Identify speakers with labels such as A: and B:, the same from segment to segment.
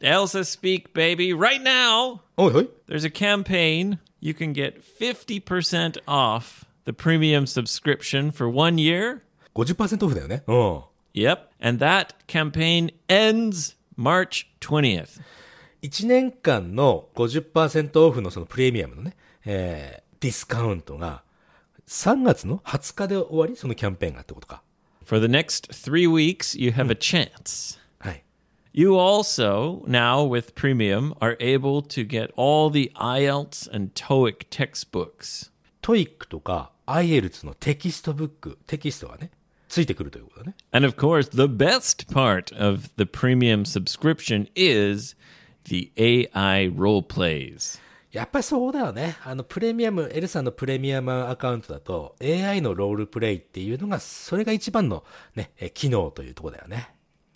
A: Elsa Speak, baby. Right now,
B: おいおい。
A: there's a campaign. You can get 50% off the premium subscription for one year.
B: 50%オフだよね。うん。
A: Yep. And that campaign ends March 20th.
B: 1年間の50%オフのそのプレミアムのね、えー、ディスカウントが3月の20日で終わりそのキャンペーンがってことか。
A: For the next three weeks, you have a chance.
B: はい。
A: You also, now with Premium, are able to get all the IELTS and TOEIC textbooks.
B: トイックとか IELTS のテキストブック、テキストがね、ついてくるということだね。
A: And of course, the best part of the Premium subscription is the AI role plays.
B: やっぱりそうだよね。あの、プレミアム、エルさんのプレミアムアカウントだと、AI のロールプレイっていうのが、それが一番のね、え機能というところだよね。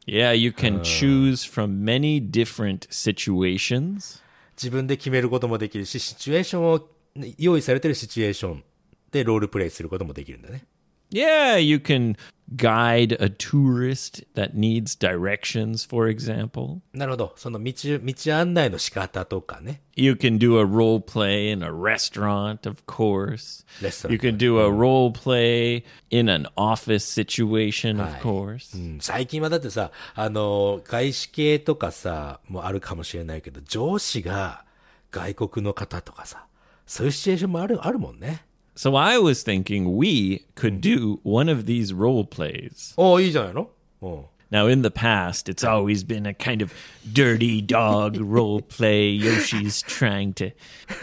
A: Yeah, you can choose from many different situations.
B: 自分で決めることもできるし、シチュエーションを、ね用意されてるシチュエーションでロールプレイすることもできるんだね。
A: Yeah, you can guide a tourist that needs directions, for example.
B: なるほど。その道、道案内の仕方とかね。
A: You can do a role play in a restaurant, of course.
B: Restaurant.
A: You can do a role play in an office situation, of course.
B: うん最近はだってさ、あの、外資系とかさ、もあるかもしれないけど、上司が外国の方とかさ、そういうシチュエーションもある、あるもんね。
A: So I was thinking we could do one of these role plays.
B: おおいいじゃないのうん。
A: Now, in the past, it's always been a kind of dirty dog role play. Yoshi's trying to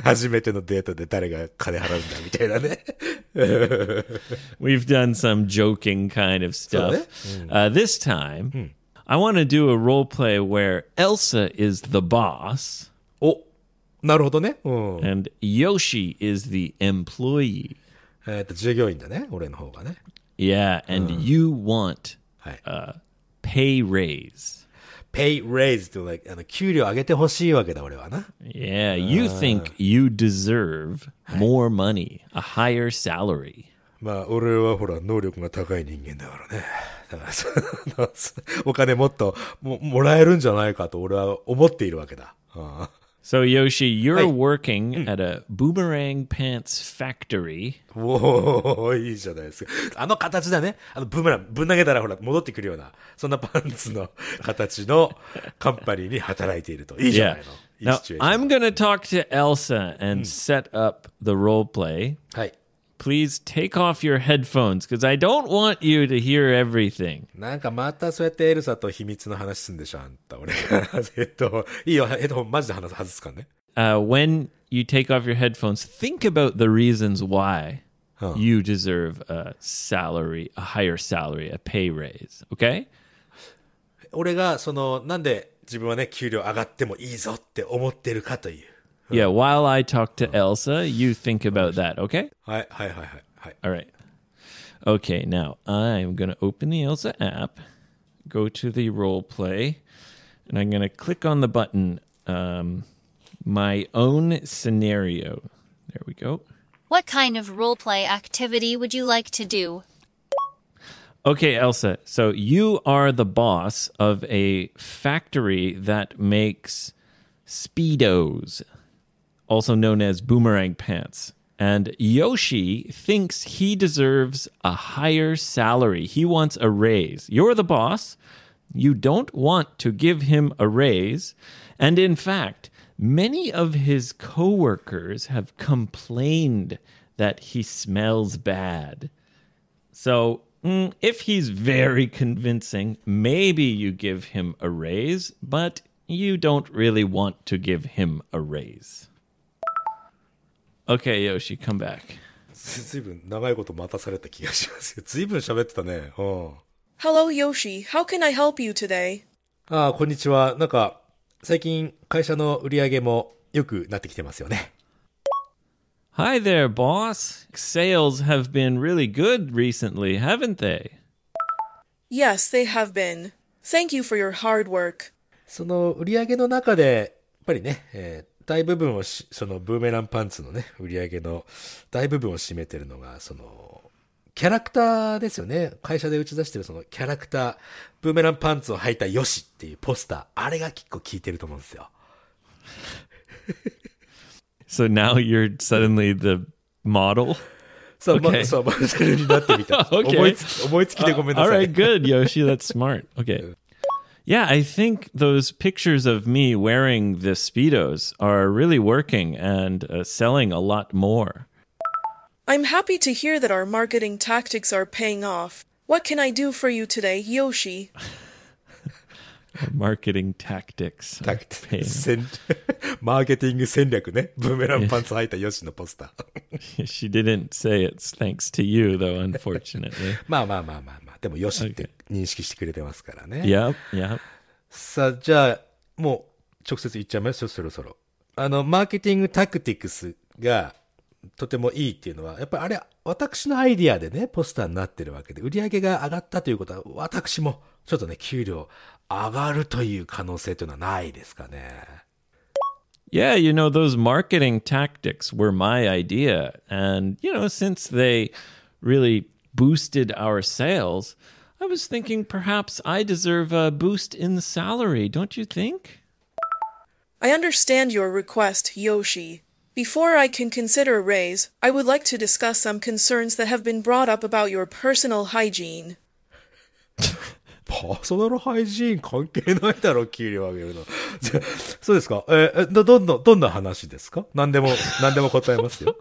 B: 初めてのデートで誰が金払うんだみたいなね。
A: We've done some joking kind of stuff. Uh, this time, I want to do a role play where Elsa is the boss
B: お、なるほどね。うん。
A: and Yoshi is the employee.
B: えっと、従業員だね。俺の方がね。
A: Yeah, and you want
B: はい。
A: pay raise.
B: pay raise ってことだあの、給料上げてほしいわけだ、俺はな。
A: Yeah, you think you deserve more money, a higher salary.
B: まあ、俺はほら、能力が高い人間だからね。 だからその、お金もっとももらえるんじゃないかと俺は思っているわけだ。うん、
A: So, Yoshi, you're working at a boomerang pants factory.
B: おおいいじゃないですか。あの形だね。あの、ブーメラン、ぶん投げたらほら、戻ってくるような、そんなパンツの形のカンパニーに働いていると。いいじゃ
A: Yeah.
B: ないの。いい
A: Now,
B: シチュエーショ
A: I'm
B: ン。
A: going to talk to Elsa and set up the role play.
B: はい。
A: Please take off your headphones because I don't want you to hear everything.
B: なんかまたそうやってエルサと秘密の話すんでしょ、あんた。俺が。えっと、いいよ、ヘッドホンマジで話す外すからね。
A: Uh, when you take off your headphones, think about the reasons why you deserve a salary, a higher salary, a pay raise. Okay?
B: 俺がそのなんで自分はね給料上がってもいいぞって思ってるかという
A: Yeah, while I talk to Elsa, you think about that. Okay?
B: はいはいはいはいはい
A: All right. Okay, now I'm going to open the Elsa app, go to the role play, and I'm going to click on the button, um, my own scenario. There we go.
C: What kind of roleplay activity would you like to do?
A: Okay, Elsa. So you are the boss of a factory that makes Speedos, also known as boomerang pants. And Yoshi thinks he deserves a higher salary. He wants a raise. You're the boss. You don't want to give him a raise. And in fact, many of his coworkers have complained that he smells bad. So, mm, if he's very convincing, maybe you give him a raise, but you don't really want to give him a raise. Okay, Yoshi, come back.
B: ずずいぶん長いこと待たされた気がしますよずいぶん喋ってたねうん
D: Hello, Yoshi. How can I help you today?
B: ああこんにちはなんか最近会社の売り上げも良くなってきてますよね
A: Hi there, boss. Sales have been really good recently, haven't they?
D: Yes, they have been. Thank you for your hard work.
B: その売り上げの中でやっぱりね、えー大部分をしそのブーメランパンツのね売り上げの大部分を占めてるのがそのキャラクターですよね。会社で打ち出してるそのキャラクター、ブーメランパンツを履いたヨシっていうポスター、あれが結構効いてると思うんですよ。
A: So now you're suddenly the model.
B: そう、ま
A: Okay.
B: あ、そう、モデルになって みた。
A: Okay.
B: 思いつき、思いつきでごめんな
A: All
B: さい。
A: right, good, Yoshi. That's smart. Okay. Yeah, I think those pictures of me wearing the Speedos are really working and uh, selling a lot more.
D: I'm happy to hear that our marketing tactics are paying off. What can I do for you today, Yoshi?
A: Marketing tactics.
B: タクティ戦 マーケティング戦略ね。ブーメランパンツ履いたヨシのポス タ ー。
A: she didn't say it's thanks to you, though, unfortunately.
B: まあまあまあまあまあ。でもヨシって認識してくれてますからね。
A: yep, yep.
B: さあ、じゃあ、もう直接言っちゃいますよ、そろそろ。あの、マーケティングタクティクスがとてもいいっていうのは、やっぱりあれ、私のアイディアでね、ポスターになってるわけで、売り上げが上がったということは、私もちょっとね、給料上がるという可能性というのはないですかね。
A: Yeah, you know, those marketing tactics were my idea. And, you know, since they really boosted our sales, I was thinking perhaps I deserve a boost in salary, don't you think?
D: I understand your request, Yoshi. Before I can consider a raise, I would like to discuss some concerns that have been brought up about your personal hygiene.
B: パーソナルハイジーン関係ないだろ、給料上げるの。 じゃそうですかえーえど、どんな、どんな話ですか何でも、何でも答えますよ。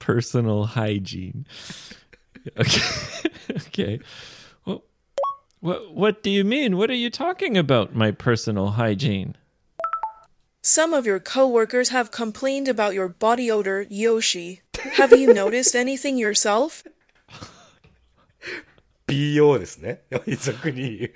A: Personal hygiene. Okay. okay. Well, what, what do you mean? What are you talking about, my personal hygiene?
D: Some of your coworkers have complained about your body odor, Yoshi. Have you noticed anything yourself?
B: BO ですね。 俗に言う、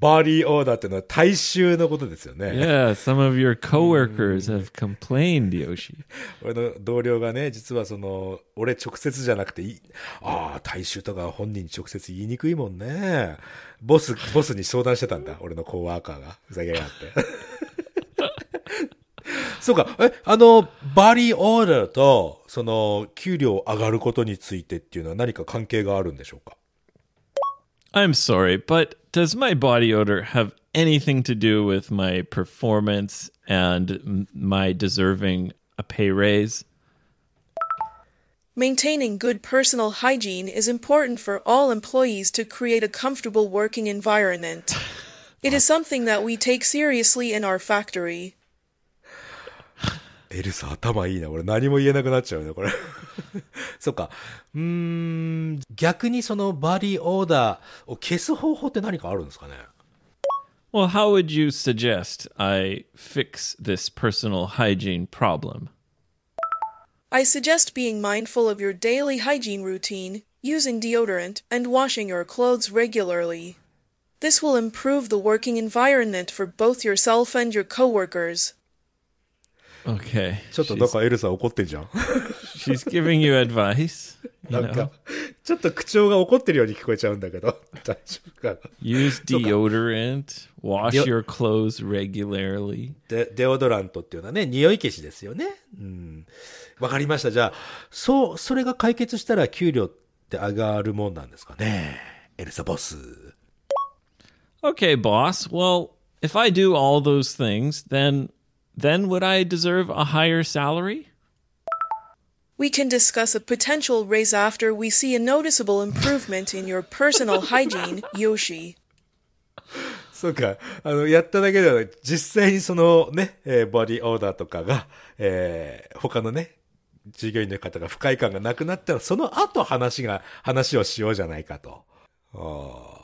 B: バディオーダーっていうのは大衆のことですよね。
A: Yeah, some of your coworkers have complained, Yoshi.
B: 俺の同僚がね、実はその、俺直接じゃなくていい、ああ、大衆とか本人に直接言いにくいもんね。ボス、ボスに相談してたんだ。俺のコワーカーが。ふざけやがって。 そうか、え、あの、バディオーダーと、その、給料上がることについてっていうのは何か関係があるんでしょうか
A: I'm sorry, but does my body odor have anything to do with my performance and m- my deserving a pay raise?
D: Maintaining good personal hygiene is important for all employees to create a comfortable working environment. It is something that we take seriously in our factory.
B: エルサ頭いいな。俺何も言えなくなっちゃうね、これ。 そっか。うーん、逆にそのバディオーダーを消す方法って何かあるんですかね
A: Well, how would you suggest I fix this personal hygiene problem?
D: I suggest being mindful of your daily hygiene routine, using deodorant, and washing your clothes regularly. This will improve the working environment for both yourself and your coworkers.
A: Okay.
B: ちょっとなんかエルサ怒ってんじゃん。
A: She's giving you advice. You
B: なん
A: know,
B: か、ちょっと口調が怒ってるように聞こえちゃうんだけど。 大丈夫かな
A: use deodorant, wash
B: Deo-
A: your clothes regularly.
B: で、デオドラントっていうのはね、匂い消しですよね。うん。わかりました。じゃあ、そう、それが解決したら給料って上がるもんなんですかねエルサボス。
A: Okay, boss. Well, if I do all those things, then then would I deserve a higher salary?
D: We can discuss a potential raise after we see a noticeable improvement in your personal hygiene, Yoshi.
B: そうか。あの、やっただけではなく、実際にそのね、えーボディオーダーとかが、えー他のね、従業員の方が不快感がなくなったら、その後話が、話をしようじゃないかと。あー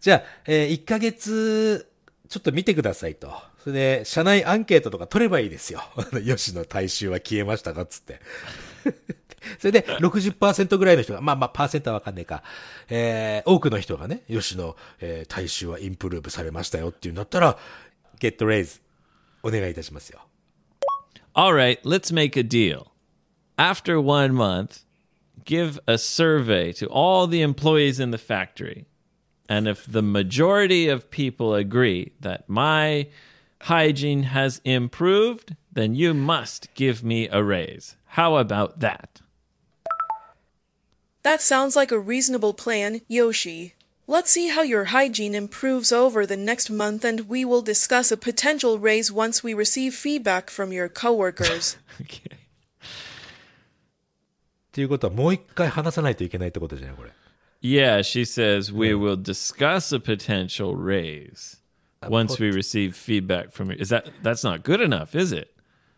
B: じゃあ、え1ヶ月、ちょっと見てくださいと。それで、社内アンケートとか取ればいいですよ。 あの、吉野大衆は消えましたかっつって。それで60%ぐらいの人が、まあまあパーセントはわかんねえか、えー、多くの人がね、吉野、えー、大衆はインプルーブされましたよっていうんだったら、ゲットレイズ、お願いいたしますよ。
A: All right, let's make a deal. After one month, give a survey to all the employees in the factory. And if the majority of people agree that my hygiene has improved, then you must give me a raise. How about that?
D: That sounds like a reasonable plan, Yoshi. Let's see how your hygiene improves over the next month, and we will discuss a potential raise once we receive feedback from your coworkers.
A: Okay.
B: ていうことはもう一回話さないといけないってことじゃないこれ。
A: Yeah, she says we will discuss a potential raise once we receive feedback from you. Is that that's not good enough, is it?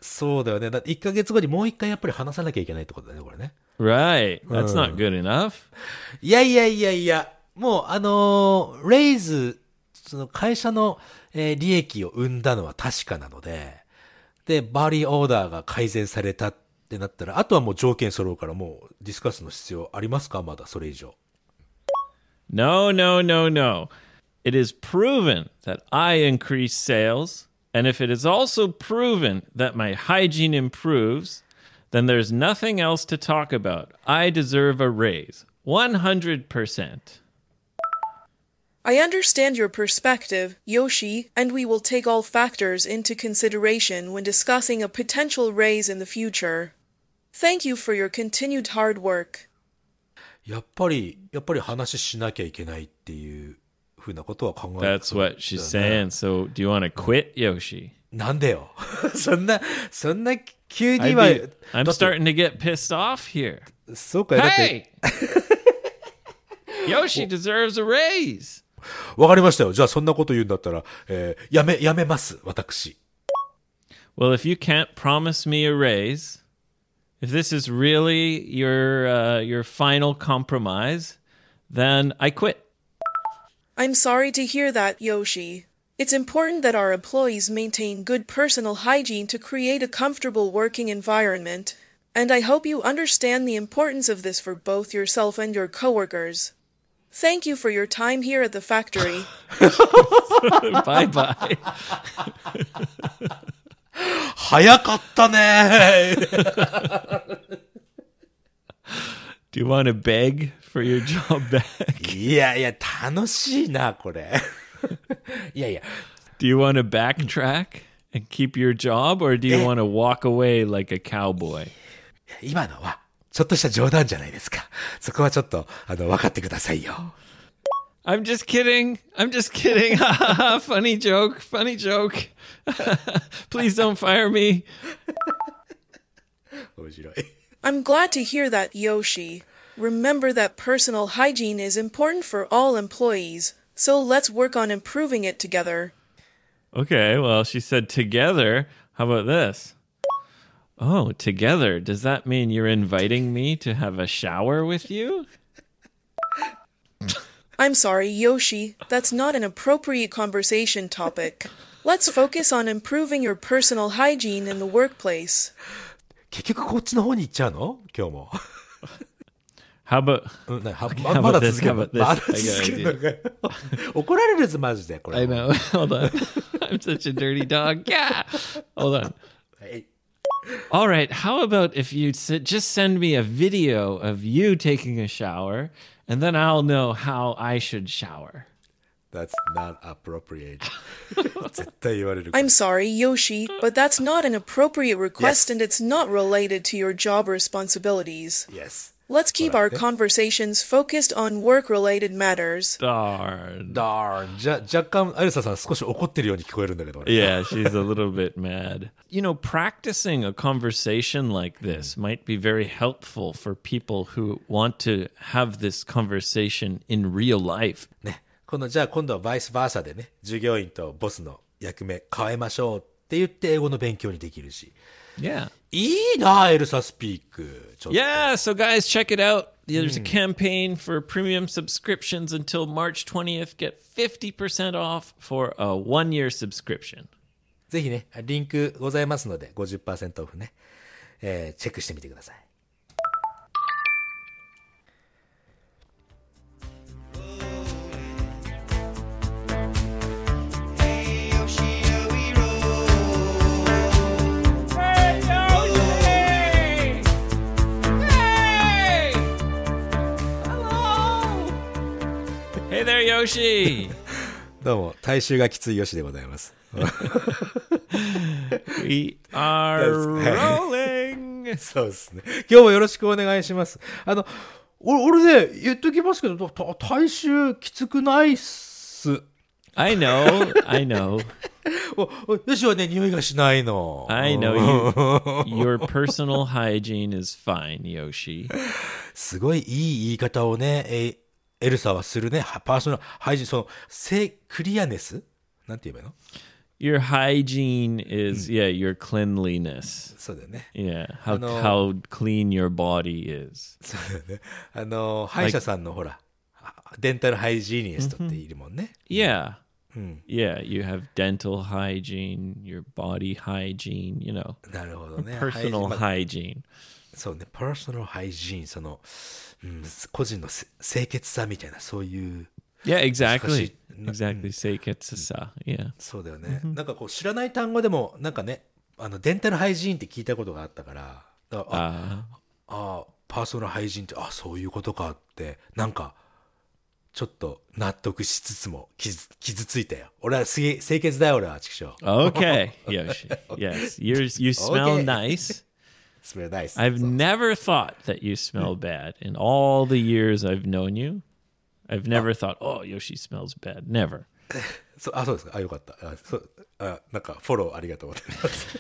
B: そうだよね。だって1ヶ月後にもう一回やっぱり話さなきゃいけないってことだね、これね。
A: Right. That's not good enough.
B: いやいやいやいや、もうあのーレイズ、その会社の、えー利益を生んだのは確かなので、で、バリーオーダーが改善されたってなったら、あとはもう条件揃うからもうディスカスの必要ありますかまだそれ以上。
A: No, no, no, no. It is proven that I increase sales, and if it is also proven that my hygiene improves, then there's nothing else to talk about. I deserve a raise. 100%.
D: I understand your perspective, Yoshi, and we will take all factors into consideration when discussing a potential raise in the future. Thank you for your continued hard work.
B: やっぱり、やっぱり話しなきゃいけないっていうふうなことは考えて
A: That's what she's saying. So, do you want to quit, Yoshi?
B: なんでよ。 そんな、そんな急
A: I'd
B: には
A: be- I'm
B: だって
A: starting to get pissed off here.
B: そうかよだって
A: Hey! Yoshi deserves a raise.
B: わかりましたよ。じゃあそんなこと言うんだったら、えーやめ、やめます、私。
A: Well, if you can't promise me a raise, if this is really your uh, your final compromise, then I quit.
D: I'm sorry to hear that, Yoshi. It's important that our employees maintain good personal hygiene to create a comfortable working environment, and I hope you understand the importance of this for both yourself and your coworkers. Thank you for your time here at the factory.
A: bye bye.
B: 早かったね
A: Do you want to beg for your job back?
B: いやいや、楽しいな、これ。 いやいや、
A: Do you want to backtrack and keep your job, or do you want to walk away like a cowboy?
B: 今のは、ちょっとした冗談じゃないですか。そこはちょっと、あの、分かってくださいよ。
A: I'm just kidding. I'm just kidding. Ha, ha, ha. funny joke. Funny joke. Please don't fire me.
B: 面白い。
D: I'm glad to hear that, Yoshi. Remember that personal hygiene is important for all employees, so let's work on improving it together.
A: Okay, well, she said together. How about this? Oh, together. Does that mean you're inviting me to have a shower with you?
D: I'm sorry, Yoshi, that's not an appropriate conversation topic. Let's focus on improving your personal hygiene in the workplace.
B: 結局こっちの方に行っちゃうの今日も。
A: How about
B: うん なは
A: how
B: ま
A: about
B: まだ
A: this?
B: 続ける
A: How about this?
B: まだ続けるのかよ怒られるぞ、マジで、これ。
A: I know. Hold on. I'm such a dirty dog. Yeah. Hold on.
B: はい
A: All right. How about if you s- just send me a video of you taking a shower, and then I'll know how I should shower.
B: That's not appropriate. 絶対言わ れる。
D: I'm sorry, Yoshi, but that's not an appropriate
B: Yes.
D: request and it's not related to your job responsibilities.
B: Yes.
D: Let's keep our conversations focused on work related matters.
A: Darn.
B: だーん。じゃ、若干、アリサさん少し怒ってるように聞こえるんだけど、俺
A: Yeah, she's a little bit mad. You know, practicing a conversation like this might be very helpful for people who want to have this conversation in real life.
B: ね。この、じゃあ今度はバイスバーサでね、従業員とボスの役目変えましょうって言って英語の勉強にできるし。
A: Yeah.
B: いいな、エルサスピーク。ちょっと
A: Yeah, so guys, check it out. There's a campaign for premium subscriptions until March 20th. Get 50% off for a one year subscription.
B: ぜひね、リンクございますので、50%オフね、えーチェックしてみてください。
A: Hey there, Yoshi.
B: どうも、大衆がきついよしでござい ます。
A: we are
B: That's-
A: rolling.
B: そうですね。今日もよろしくお願いします。あの、お俺ね、言っときますけど、た体臭きつくないっす。
A: I know, I know,
B: おおよしはね、匂いがしないの。
A: I
B: Oh.
A: know you. Your personal hygiene is fine, Yoshi.
B: すごいいい言い方をね、えーエルサはするね。はパーソナル、ハイジン、その、性クリアネスなんて言えばいいの
A: Your hygiene is yeah, your cleanliness.
B: そうだよね。
A: Yeah, how
B: know.
A: how clean your body is.
B: そうだよね。あの、歯医者さんのほら、デンタルハイジーニエストっているもんね。
A: Yeah.
B: Hmm.
A: Yeah, you have dental hygiene, your body hygiene, you know,
B: なるほどね。
A: personal
B: ハイジまあ
A: hygiene.
B: そうね、パーソナルハイジーン、その、うん、個人のせ清潔さみたいな、そういう、
A: Yeah, exactly.
B: N-
A: Exactly. Seiketsusa. Yeah.
B: そうだよね。なんかこう、知らない単語でも、なんかね、あの、デンタルハイジーンって聞いたことがあったから、だからあ、
A: Uh,
B: あパーソナルハイジーンって、あ、そういうことかって、なんか、ちょっと納得しつつも傷傷ついたよ。俺はすげえ清潔だよ、俺は、畜生。
A: okay, Yoshi. Yes. You're, you smell
B: Okay.
A: nice.
B: スメルナイス。
A: I've
B: そう
A: never thought that you smell bad in all the years I've known you. I've never thought, oh, Yoshi smells bad. Never.
B: そうあ、そうですか。あ、よかった。あ、そうあなんかフォローありがとう ございます。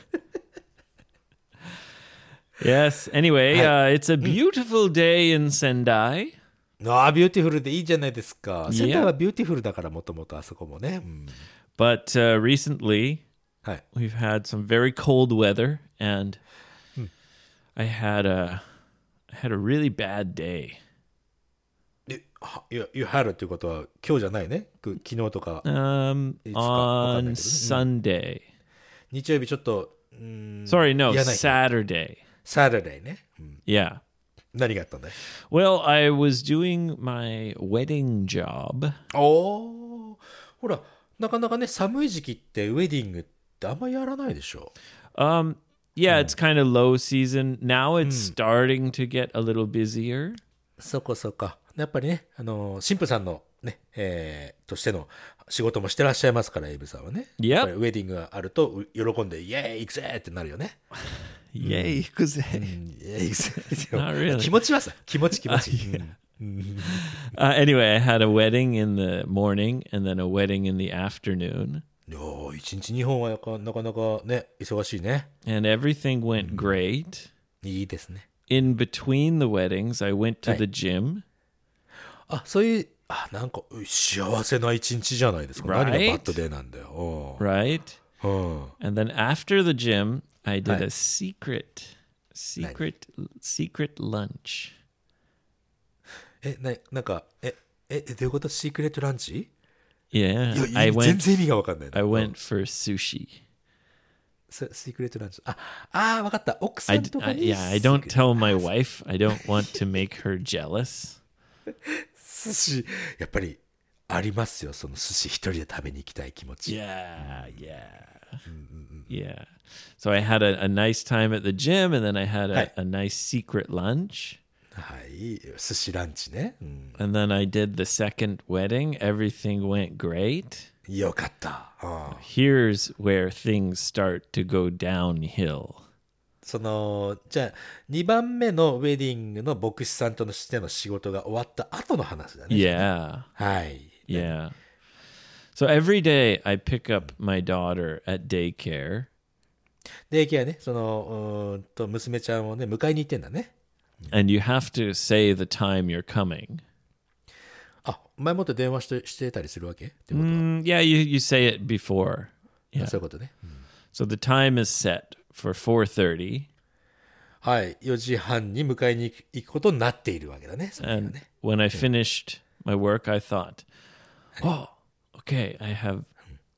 A: Yes. Anyway, uh, it's a beautiful day in Sendai.
B: ああ、ビューティフルでいいじゃないですか。
A: Yeah.
B: 世界はビューティフルだから、もともとあそこもね。うん、
A: But uh, recently,
B: はい。
A: we've had some very cold weather, and
B: Hmm.
A: I had a I had a really bad day.
B: え、ゆ、ゆはるということは、今日じゃないね。く昨日とか、
A: Um,
B: It's got-
A: on
B: okay.
A: Sunday,
B: 日曜日ちょっと、うん、
A: sorry, no,
B: 嫌な日
A: Saturday.
B: サラデーね、うん。
A: Yeah.
B: 何があったんだい
A: Well, I was doing my wedding job.
B: おーほら、なかなかね、寒い時期ってウェディングってあんまやらないでしょ。
A: Um, yeah, it's kind of low season now. It's starting to get a little busier.
B: そこそこ。やっぱりね、あのー、神父さんのね、えーとしての仕事もしてらっしゃいますから、エイブさんはね。
A: Yep.
B: やっぱりウェディングがあると、う喜んで、イエーイ行くぜってなるよね。
A: Yay,
B: うんイエーイ行くぜ
A: Not really.
B: 気持ちはさ、気持 ち気持ち。
A: Uh, anyway, I had a wedding in the morning and then a wedding in the afternoon,
B: うんいやー一日二本はやかなかなかね、忙しいね。
A: and everything went great.
B: いいですね。
A: In between the weddings, I went to
B: Hey.
A: the gym.
B: あ、そういう、あ、なんか、う幸せな一日じゃないですか。
A: Right?
B: 何がバッドデーなんだよ。
A: right?
B: Oh.
A: And then after the gym, I did a secret, secret, secret lunch.
B: え、な、なんか、え、え、えどういうことシークレットランチ
A: Yeah,
B: いや、
A: I
B: い全
A: went.
B: 然意味がわかんないな。
A: I went for sushi.
B: そシークレットランチ。あ、あー、わかった。奥さ
A: I,
B: ん
A: d-
B: と
A: I-
B: かに。
A: yeah, I don't tell my wife. I don't want to make her jealous.
B: 寿司、やっぱり、ありますよ。その寿司一人で食べに行きたい気持ち。
A: Yeah, yeah, yeah. So I had a, a nice time at the gym, and then I had
B: Hi.
A: a, a nice secret lunch,
B: はい。寿司ランチね。うん。
A: and then I did the second wedding. Everything went great.
B: よかった。うん。
A: Here's where things start to go downhill.
B: その、じゃあ、2番目のウェディングの牧師さんとしての仕事が終わった後の話だね。
A: Yeah.
B: はい。
A: Yeah. So every day I pick up my daughter at daycare.
B: で、駅はね、その、うーんと、娘ちゃんをね、迎えに行ってんだね。
A: And you have to say the time you're coming.
B: あ、前もって電話してしてたりするわけってことは、
A: Mm, yeah, you, you say it before. Yeah.
B: そういうことね。
A: So the time is set for 4:30,
B: はい。4時半に迎えに行くことになっているわけだね。その日は
A: and
B: ね
A: when I finished my work, I thought, "Oh, okay, I have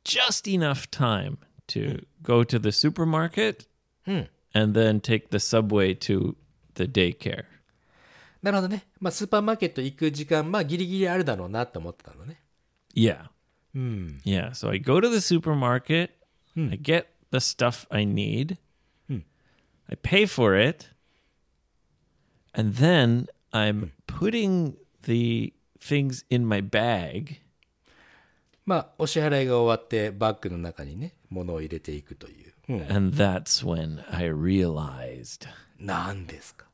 A: just enough time to go to the supermarket and then take the subway to the daycare."
B: なるほどね。まあ、スーパーマーケット行く時間、まあ、ギリギリあるだろうなと思ってたのね。
A: Yeah. Yeah. So I go to the supermarket. I get the stuff I need. I pay for it. And then I'm putting the things in my bag.
B: まあ、お支払いが終わって、バッグの中にね、物を入れていくという。うん。
A: And that's when I realized
B: 何ですか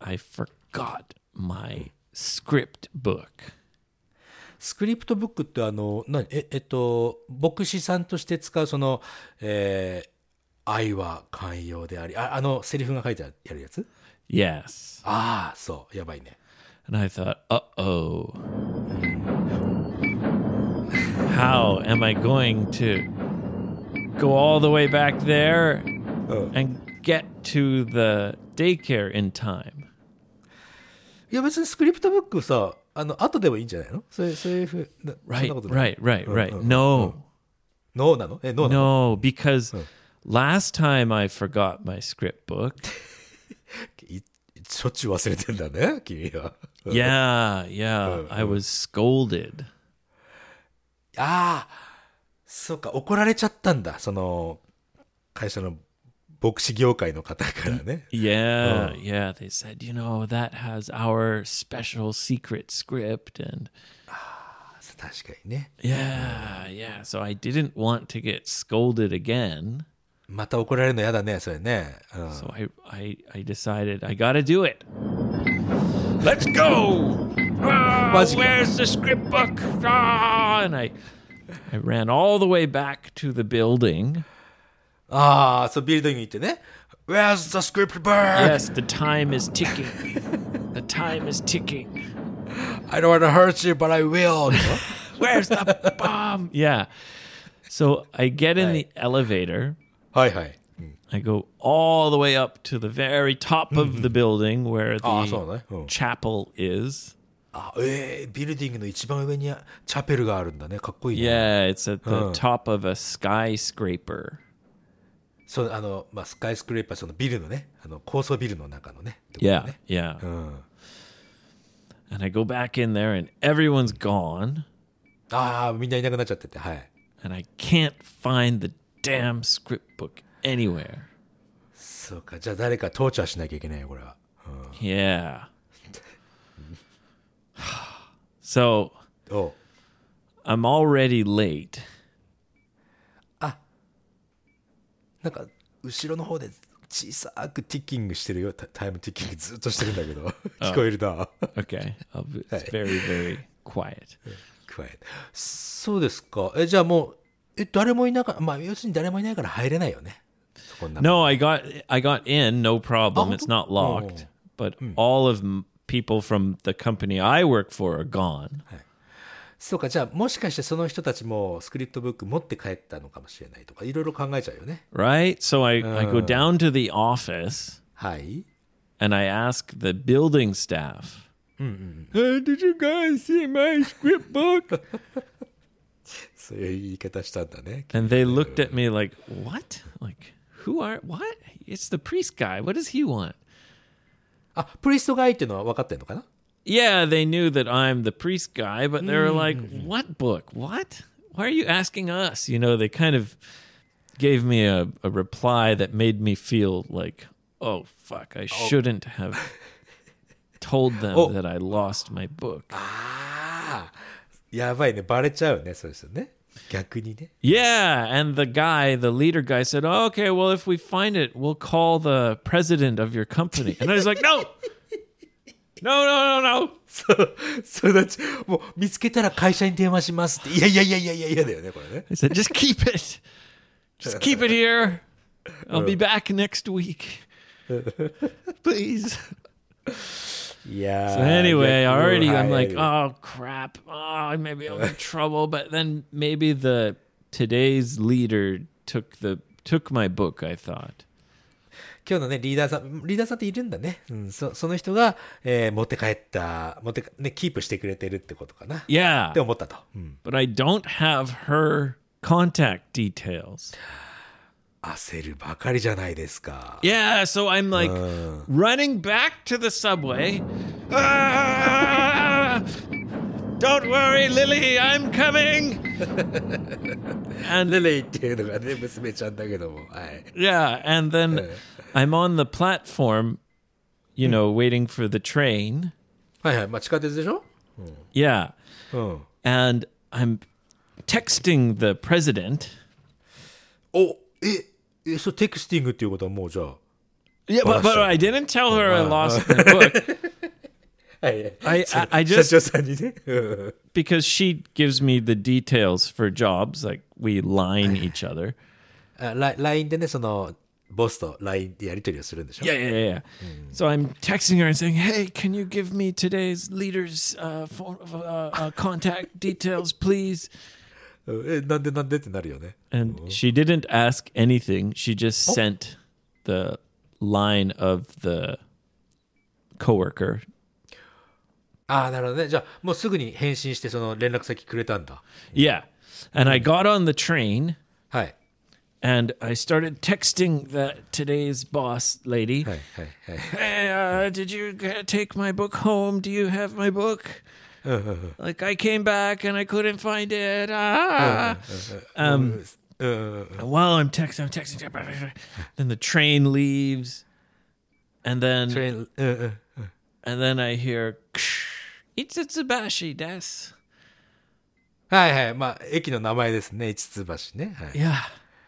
A: I forgot my script book.
B: スクリプトブックってあの、何え、えっと、牧師さんとして使うその、えー愛は寛容であり、ああの、セリフが書いてあるやるやつ
A: Yes.
B: ああ、そう、やばいね。
A: And I thought, uh oh. How am I going to go all the way back there and get to the daycare in time?
B: いや別にスクリプトブックさ、あの、後でもいいんじゃないのそういう、そういうふうな、そん
A: Right,
B: なことない
A: right, right, right.
B: うんうん
A: No,
B: ノーなのえ、ノーなの
A: no, because last time I forgot my script book.
B: いしょっちゅう忘れてんだね、君は。
A: Yeah, yeah, I was scolded.
B: ああ、そうか、怒られちゃったんだ。その、会社の牧師業界の方からね。
A: Yeah, yeah. They said, you know, that has our special secret script. And
B: 確かにね。
A: yeah, yeah. So I didn't want to get scolded again.
B: また怒られるの嫌だね、それね。うん、
A: So I, I, I decided I got to do it. Let's go. Ah,
B: What's-
A: where's the script book? Ah, and I, I ran all the way back to the building.
B: ああ、そう、ビルドイング行ってね。Where's the script bird?I
A: Yes, the time is ticking. The time is ticking.
B: don't wanna hurt you, but I will.
A: Where's the bomb? Yeah. So I get in the elevator.
B: はいはい。
A: I go all the way up to the very top of the building where the
B: ああ、そうね。うん、
A: chapel is.
B: あええビルディングの一番上にチャペルがあるんだね。かっこいいね。
A: Yeah, it's at the
B: Huh.
A: top of a skyscraper.
B: そう、あの、まあ、スカイスクレーパー、そのビルのね、あの、高層ビルの中のね。
A: Yeah, yeah.
B: うん。
A: And I go back in there and everyone's gone.
B: ああ、みんないなくなっちゃってて、はい。
A: And I can't find the damn script book anywhere.
B: そうか、じゃあ誰かトーチャーしなきゃいけないよ、これは。
A: Yeah. So
B: おう
A: I'm already late.
B: なんか、後ろの方で小さくティッキングしてるよ、タタイムティッキングずっとしてるんだ けど、聞こえるな。
A: Okay. I'll be- It's very, very quiet.
B: 加えそうですか。え、じゃあもう、え、誰もいなかまあ、要するに誰もいないから入れないよね。そこんな。
A: No, I got I got in, no problem.
B: Oh,
A: It's not locked,
B: oh.
A: but all of m- people from the company I work for are gone.
B: そうか、じゃあもしかしてその人たちもスクリプトブック持って帰ったのかもしれないとか、いろいろ考えちゃうよね。
A: Right? So I, I go down to the office
B: はい。
A: and I ask the building staff, Mm-hmm. "Hey, did you guys see my script book?
B: そういう言い方したんだね。
A: and they looked at me like, what? Like, who are, what? It's the priest guy. What does he want?
B: あ、プリストがいいっていうのは分かってんのかな
A: Yeah, they knew that I'm the priest guy, but they were like, "What book? What? Why are you asking us?" You know, they kind of gave me a, a reply that made me feel like, "Oh fuck, I shouldn't have told them
B: Oh.
A: that I lost my book."
B: ああ、やばいね。バレちゃうね、そうですよね。逆にね。
A: Yeah, and the guy, the leader guy said, oh, "Okay, well if we find it, we'll call the president of your company." And I was like, "No." No, no, no, no.
B: そう、そうだち、もう見つけたら会社に電話しますって。いやいやいやいやいやいやだよね、これね。
A: I said, just keep it. Just keep it here. I'll be back next week. Please.
B: いや
A: Anyway, I already I'm like, oh crap. Oh, maybe I'm in trouble. But then maybe the today's leader took the took my book, I thought.
B: 今日のね、リーダーさん、リーダーさんっているんだね。うん、そその人が、えー持って帰った、持ってか、ね、キープしてくれてるってことかな。っ
A: Yeah.
B: て思ったと。うん。
A: But I don't have her contact details.
B: 焦るばかりじゃないですか。
A: Yeah, so I'm like running back to the subway. Ah! Don't worry, Lily, I'm coming. and
B: レレイっていうのがね、娘ちゃんだけども。はい。
A: yeah, and then I'm on the platform, you know, waiting for the train.
B: はいはい。まあ、地下鉄でしょ
A: Yeah,
B: うん。
A: and I'm texting the president.
B: おええそうテクスティングっていうことはもうじゃあ
A: Yeah, but, but I didn't tell her I lost my book.
B: はい
A: I- I- I
B: 社
A: just-
B: 長さんにね。うん
A: because she gives me the details for jobs. Like we line each other.
B: あラ LINE でね、その、ボスと LINE でやり取りをするんで しょ
A: Yeah, yeah, yeah. yeah. So I'm texting her and saying, "Hey, can you give me today's leader's uh, phone, uh, uh, contact details, please?"
B: うんえ、なんでなんでってなるよね。
A: And she didn't ask anything. She just sent the line of the coworker.
B: ああ、なるほどね。じゃあ、もうすぐに返信して、その連絡先くれたんだ。
A: Yeah. And I got on the train
B: はい。
A: and I started texting the today's boss lady.
B: はい、はい、はい。
A: Hey, uh, did you g- take my book home? Do you have my book? like I came back and I couldn't find it. Ah. um,
B: うん。
A: and while I'm texting, I'm texting. Then the train leaves, and then
B: それ、うんうん。
A: and then I hear it's Itsubashi des.
B: はいはい。まあ、駅の名前ですね。一橋ね。はい。
A: Yeah,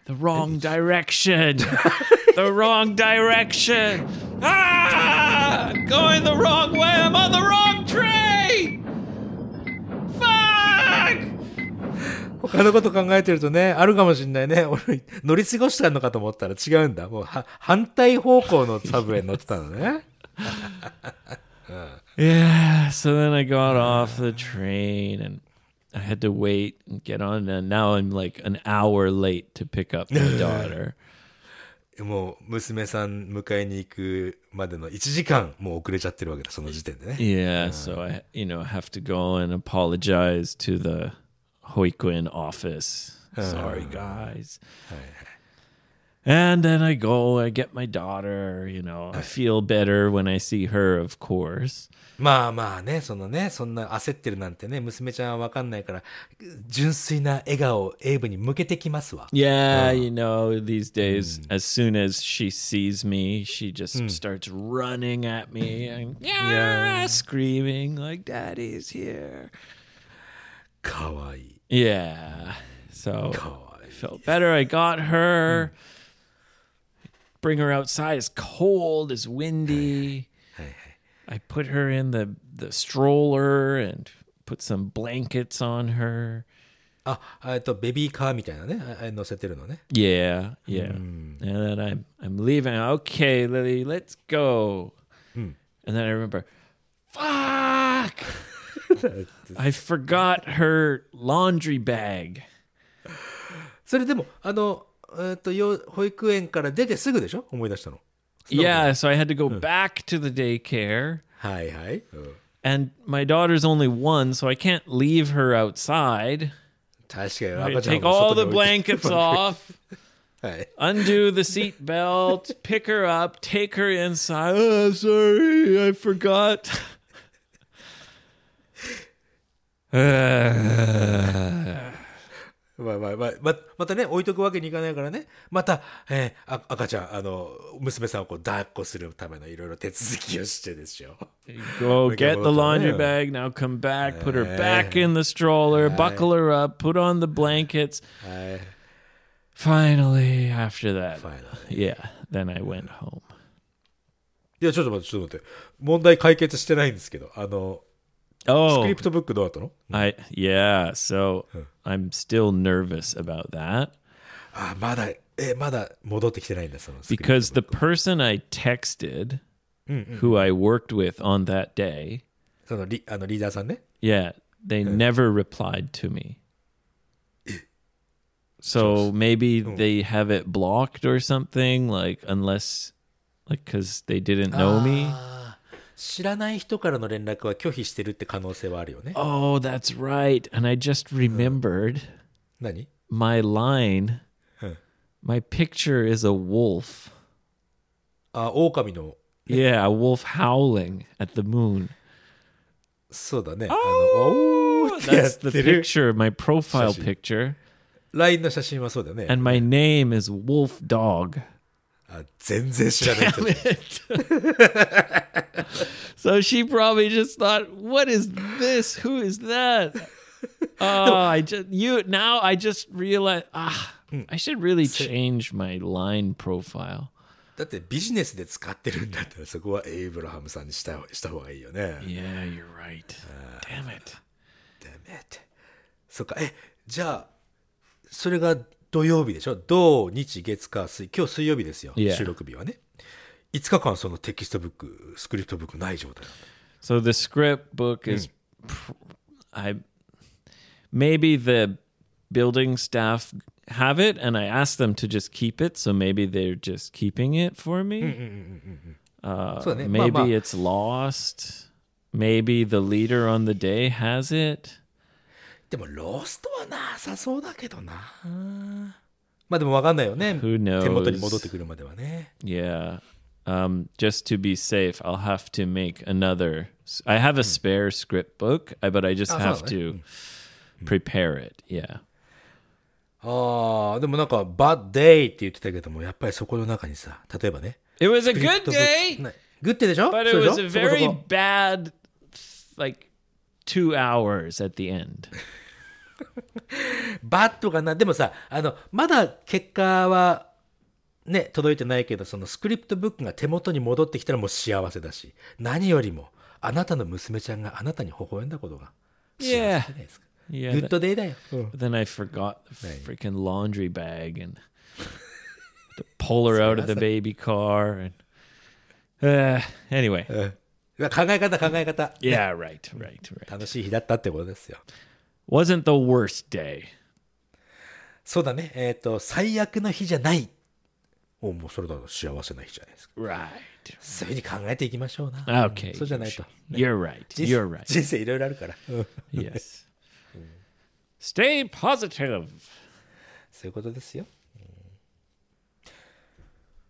A: the wrong direction. the wrong direction. Ah, I'm going the wrong way. I'm on the wrong train. Fuck.
B: 他のこと考えてるとね、あるかもしれないね。 俺、乗り過ごしたのかと思ったら違うんだ。もう、は反対方向のサブウェイに乗ってたのね。
A: Yeah, so then I got off the train and I had to wait and get on. And now I'm like an hour late to pick up my daughter.
B: もう、娘さん迎えに行くまでの1時間、もう遅れちゃってるわけだ。その時点でね。
A: Yeah, so I, you know, have to go and apologize to the Hoikuin office. Sorry, guys. And then I go, I get my daughter, you know, I feel better when I see her, of course.
B: まあまあね、そのね、そんな焦ってるなんてね、娘ちゃんはわかんないから、純粋な笑顔をエイブに向けてきますわ。
A: Yeah, you know, these days, as soon as she sees me, she just starts running at me and yeah, screaming like "Daddy's here."
B: かわいい。
A: Yeah, so
B: God.
A: I felt better. I got her. Bring her outside. It's cold. It's windy. I put her in the the stroller and put some blankets on her.
B: あ、えっと、ベビーカーみたいなね、ああ乗せてるのね。
A: Yeah, yeah. And then I'm I'm leaving. Okay, Lily, let's go. And then I remember, fuck, I forgot her laundry bag.
B: それでも、あの、えっと、よ保育園から出てすぐでしょ思い出したの。
A: Yeah, so I had to go back to the daycare,
B: はいはい。
A: and my daughter's only one, so I can't leave her outside.
B: 確かに
A: I
B: 赤ちゃん
A: take
B: も外
A: all
B: に
A: the
B: 置いて
A: blankets off.
B: はい。
A: undo the seat belt, pick her up, take her inside. Oh, sorry, I forgot. Uh,
B: まあまあまあ、ま、またね、置いとくわけにいかないからね。また、えーあ赤ちゃん、あの、娘さんをこう、抱っこするためのいろいろ手続きをしてですよ。
A: go
B: We
A: get
B: got
A: the
B: both
A: laundry
B: on there.
A: bag. Now come back, put her back in the stroller, buckle her up, put on the blankets.
B: はい。
A: Finally, after that,
B: ファイナル。
A: yeah, then I went home.
B: いや、ちょっと待って、ちょっと待って。問題解決してないんですけど、あの、スク
A: Oh,
B: リプトブックどうだったの
A: I yeah. So I'm still nervous about that.
B: あ、まだ、えーまだ戻ってきてないんだ、そのスクリプト
A: because the person I texted, who I worked with on that day,
B: そのリ、あの、リーダーさんね。
A: yeah, they never replied to me. So maybe they have it blocked or something, like unless, like, because they didn't know me.
B: Ah. 知らない人からの連絡は拒否してるって可能性はあるよね。
A: Oh, that's right. And I just remembered
B: 何
A: my line. My picture is a wolf.
B: あ、狼の、
A: Yeah, a wolf howling at the moon.
B: そうだね。あの、おーってや
A: That's
B: っ
A: the
B: てる。
A: picture, my profile
B: Sashi.
A: picture.
B: LINE の写真はそうだよね。
A: And my name is Wolf Dog.
B: あ全然知らない人。
A: so she probably just thought, what is this? Who is that? Oh, I just you now Hmm. I just realized ah I should really change my line profile.
B: だってビジネスで使ってるんだったらそこはエイブラハムさんにしたした方がいいよね。
A: Yeah, you're right. Damn it.
B: ダメって。そっか、え、じゃあ、それが土曜日でしょ土、日、月、火、水。今日水曜日ですよ。
A: Yeah.
B: 収録日はね。5日間そのテキストブック、スクリプトブックない状態。
A: So the script book is, pr- I maybe the building staff have it, and I asked them to just keep it. So maybe they're just keeping it for me.
B: そうだね。まあ
A: Maybe
B: まあ
A: it's lost. Maybe the leader on the day has it.
B: でもローストはなさそうだけどな。まあでもわかんないよね。手
A: Who knows?
B: 元に戻ってくるまではね。
A: Yeah. Um, just to be safe, I'll have to make another. s- I have a spare script book, I- but I just
B: Oh,
A: have to
B: right.
A: prepare it. Yeah.
B: ああ、でもなんか、bad day って言ってたけども、やっぱりそこの中にさ、例えばね。
A: It was a
B: スクリプ
A: good
B: トブック
A: day.
B: ねグッデーでしょ
A: But it
B: そうで
A: was
B: しょ
A: a
B: そこそ
A: very
B: こ
A: bad, like, two hours at the end.
B: バットがな、でもさ、あの、まだ結果は、ね、届いてないけど、そのスクリプトブックが手元に戻ってきたらもう幸せだし、何よりも、あなたの娘ちゃんがあなたに微笑んだことが幸せじゃないですか。
A: Yeah.
B: グッ
A: that-
B: ドデイだよ。
A: then I forgot the freaking laundry bag and to pull her out of the baby car. And uh, anyway,
B: 考え方考え方。
A: yeah, right, right, right.
B: 楽しい日だったってことですよ。
A: Wasn't the worst day.
B: そうだね。えっ、と、最悪の日じゃない。おもうそれだと幸せな日じゃないですか。
A: Right.
B: そういうふうに考えていきましょうな。
A: Okay.
B: そうじゃないと。
A: You're right.
B: 人
A: You're right.
B: 人生いろいろあるから。
A: yes. Mm. Stay positive.
B: そういうことですよ。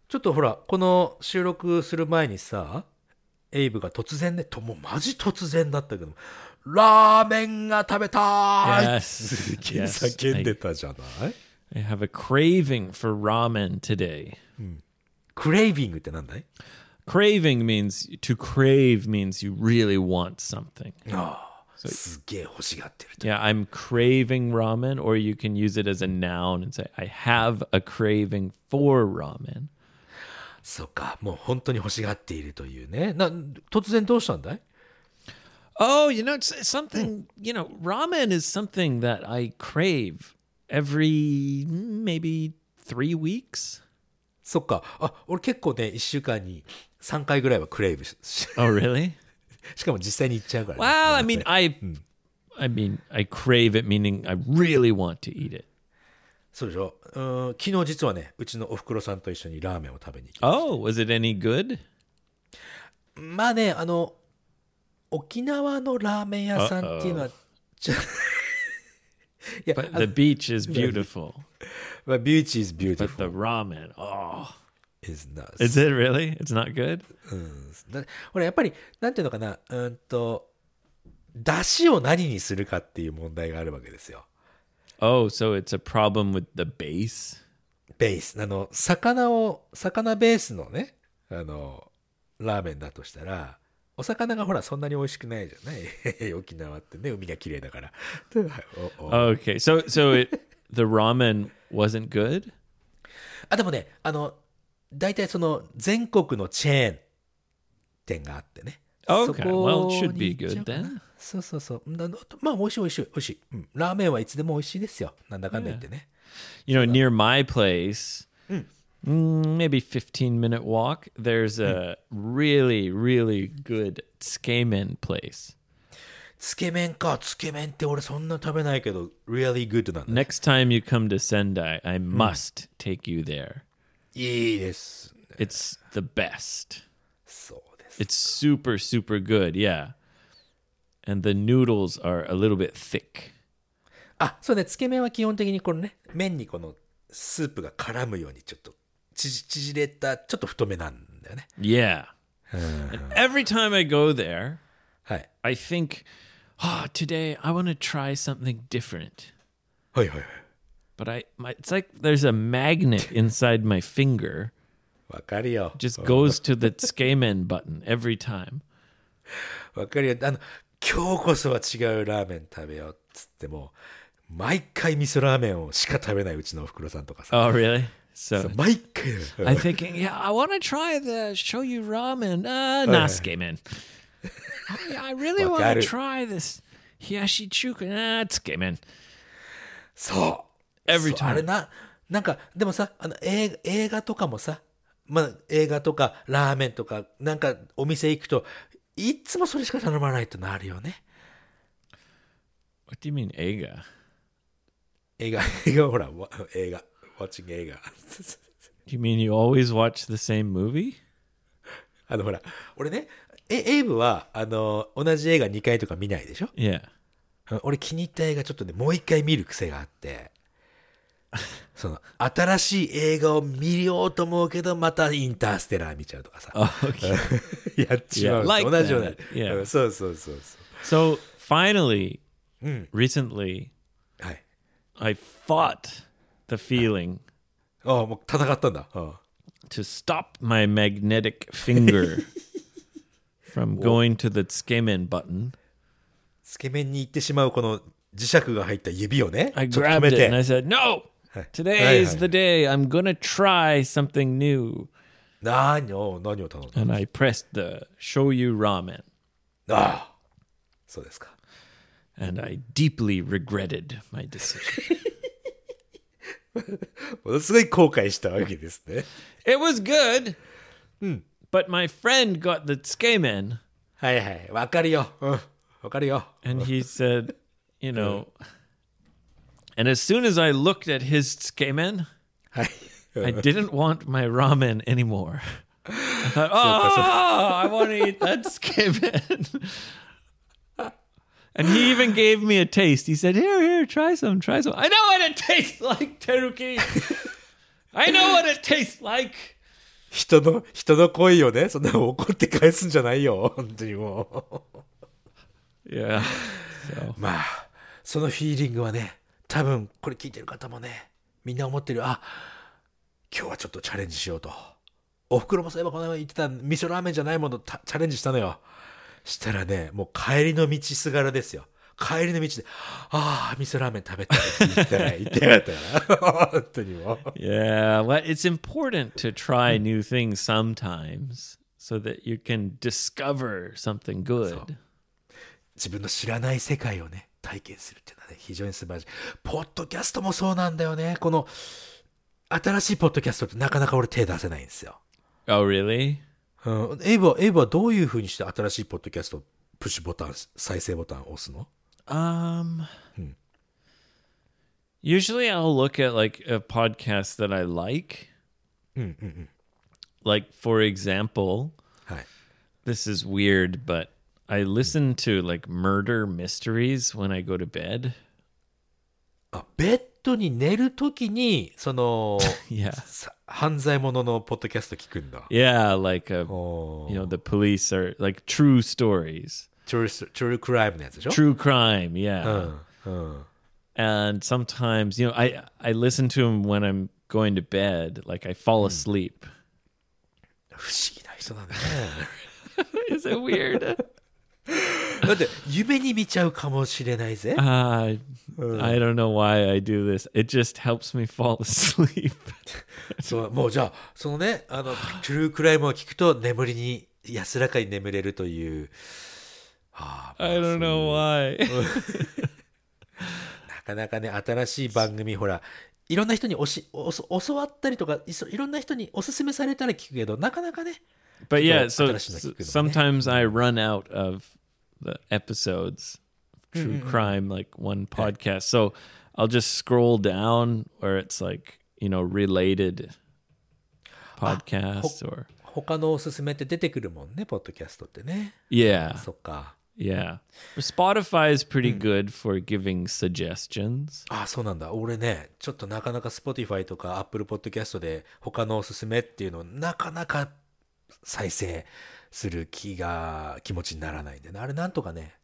B: ちょっとほら、この収録する前にさ、エイブが突然ね、ともうマジ突然だったけど、ラーメンが食べたーい
A: Yes.
B: すげえ
A: Yes.
B: 叫んでたじゃない
A: I have a craving for ramen today.
B: クレイビングってなんだい
A: Craving means to crave means you really want something.
B: ああ、すげえ欲しがってると。
A: Yeah, I'm craving ramen, or you can use it as a noun and say, I have a craving for ramen.
B: そうか、もう本当に欲しがっているというね。な突然どうしたんだい
A: Oh, you know, it's something, you know, ramen is something that I crave every mm, maybe three weeks.
B: そっか、あ、俺結構ね、1週間に3回ぐらいはクレイブし、 し
A: Oh, really? Hmm.
B: しかも実際に行っちゃうから、ね。
A: well, I mean, I, I mean, I crave it, meaning I really want to eat it.
B: そうでしょうーん昨日実はねうちのおふくろさんと一緒にラーメンを食べに行き
A: Oh, was it any good?
B: まあねあの沖縄のラーメン屋さんっていうのはちょ いや
A: But
B: あ
A: the beach is beautiful,
B: まあ beauty is
A: but the
B: beautiful
A: ramen, oh,
B: is not
A: is it really? It's not good.
B: だほらやっぱりなんていうのかなうーんと出汁を何にするかっていう問題があるわけですよ
A: Oh, so it's a problem with the base.
B: ベースあの魚を魚ベースのねあのラーメンだとしたらお魚がほらそんなに美味しくないじゃない 沖縄ってね海が綺麗だからでおお
A: Okay, so so it the ramen wasn't good.
B: あでもねあの大体その全国のチェーン店があってね
A: Okay, well, it
B: そこ
A: should
B: に
A: be
B: 行っちゃ
A: good
B: うかな
A: then.
B: そうそうそううんあのまあ美味しい美味しい美味しい、うん、ラーメンはいつでも美味しいですよなんだかんだ言ってね、
A: You know, near my place, mm, maybe fifteen minute walk. There's a really really good tsukemen place.
B: つけ麺かつけ麺って俺そんな食べないけど really good なんだ、ね、
A: Next time you come to Sendai, I must take you there.
B: いいですね
A: It's the best.
B: そうです
A: It's super super good. Yeah, and the noodles are a little bit thick.
B: あそうねつけ麺は基本的にこのね麺にこのスープが絡むようにちょっと縮縮れたちょっと太めなんだよね
A: Yeah. And every time I go there,
B: はい、
A: I think, oh, today I want to try something different.
B: はいはいはい
A: But I, my, it's like there's a magnet inside my finger.
B: わかるよ
A: Just goes to the Skamen button every time.
B: わかるよ。あの、今日こそは違うラーメン食べようっつっても、毎回味噌ラーメンをしか食べないうちのおふくろさんとかさ、
A: Oh, really? So,
B: 毎回
A: I'm thinking, yeah, I want to try the shoyu ramen. Uh, Nasuke, man. I, I really want to
B: Wakaru.
A: try this hiyashi chuka. Natsuke, man.
B: そう。
A: Every
B: そうあれ
A: time.
B: な、なんか、でもさ、あの、映映画とかもさ、まあ、映画とか、ラーメンとか、なんか、お店行くと、いっつもそれしか頼まないとなるよね。
A: What do you mean, ega?
B: 映画、映画、ほら、わ映画、watching 映画。
A: Do you mean you always watch the same movie?
B: あの、ほら、俺ね、え、エイブは、あの、同じ映画2回とか見ないでしょ
A: Yeah.
B: うん俺気に入った映画ちょっとね、もう一回見る癖があ って、その、新しい映画を見ようと思うけど、またインターステラー見ちゃうとかさ。
A: Okay.
B: やっちまう
A: Yeah, like
B: と同じような
A: that. Yeah.
B: うんそうそうそうそ
A: so finally,
B: Mm.
A: recently,
B: うはい
A: I fought the feeling
B: ああもう戦ったんだ、うん
A: to stop my magnetic finger from going to the tsukemen button.
B: つけ麺に行ってしまうこの磁石が入った指をね
A: I
B: ちょっと止
A: grabbed
B: め
A: it
B: て
A: and I said, "No,
B: Hey.
A: today
B: Hey,
A: is
B: hey.
A: the day. I'm gonna try something new."
B: 何を何を頼んだ
A: And I pressed the shoyu ramen,
B: ああそうですか
A: and I deeply regretted my decision.
B: ものすごい後悔したわけですね
A: it was good,
B: Hmm.
A: but my friend got the tsukemen,
B: はいはいわかるようんわかるよ
A: and he said, "You know." And as soon as I looked at his tsukemen,
B: はい
A: I didn't want my ramen anymore. I thought, oh, I want to eat that skibbin. and he even gave me a taste. He said, here, here, try some, try some. I know what it tastes like, Teruki. I know what it tastes like.
B: 人の人の声をねそんな怒って返すんじゃないよ 本当にも
A: Yeah.
B: うまあそのフィーリングはね多分これ聞いてる方もねみんな思ってるあ今日はちょっとチャレンジしようと。おふくろもそういえばこの前言ってた味噌ラーメンじゃないものたチャレンジしたのよ。したらね、もう帰りの道すがらですよ。帰りの道で、ああ、味噌ラーメン食べたいって言ったら、言ってやがったから。 本当にもう。
A: Yeah. Well, it's important to try new things sometimes so that you can discover something good.
B: 自分の知らない世界をね、体験するっていうのはね、非常に素晴らしい。ポッドキャストもそうなんだよね。この、新しいポッドキャストってなかなか俺手出せないんですよ。
A: Oh, really?
B: うん、エイブは、エイブはどういうふうにして新しいポッドキャスト、プッシュボタン、再生ボタンを押すの
A: Um, usually I'll look at like a podcast that I like. Hmm, Like for example,
B: はい。
A: this is weird, but I listen to like murder mysteries when I go to bed.
B: あ、ベッドに寝るときに、その、
A: Yeah,
B: さ犯罪者のポッドキャスト聞くんだ。
A: yeah, like uh
B: Oh.
A: you know the police are like true stories,
B: チュルス、チュルクライムのやつでしょ
A: true crime. Yeah,
B: うん。うん。
A: and sometimes you know I I listen to them when I'm going to bed. Like I fall asleep.
B: 不思議な人なんだね。
A: is it weird?
B: だって、夢に見ちゃうかもしれないぜ。
A: Uh, I don't know why I do this. It just helps me fall asleep.
B: そう、もうじゃあ、そのね、あの、チュルクライムを聞くと、眠りに、安らかに眠れるという。ああ、
A: I don't know why.
B: なかなかね、新しい番組、ほら、いろんな人におしおそ教わったりとかいそ、いろんな人におすすめされたら聞くけど、なかなかね、
A: but yeah,
B: So,
A: so
B: 新しいの聞くのね。
A: sometimes I run out of the episodes of true crime, like one podcast. So I'll just scroll down where it's like, you know, related podcasts or.
B: 他のおすすめって出てくるもんね、ポッドキャストってね。
A: Yeah.
B: そっか。
A: Yeah. Spotify is pretty good for giving suggestions.
B: ああ、そうなんだ。俺ね、ちょっとなかなか Spotify とか Apple Podcast で他のおすすめっていうのをなかなか再生する気が、気持ちにならないんでね。あれなんとかね、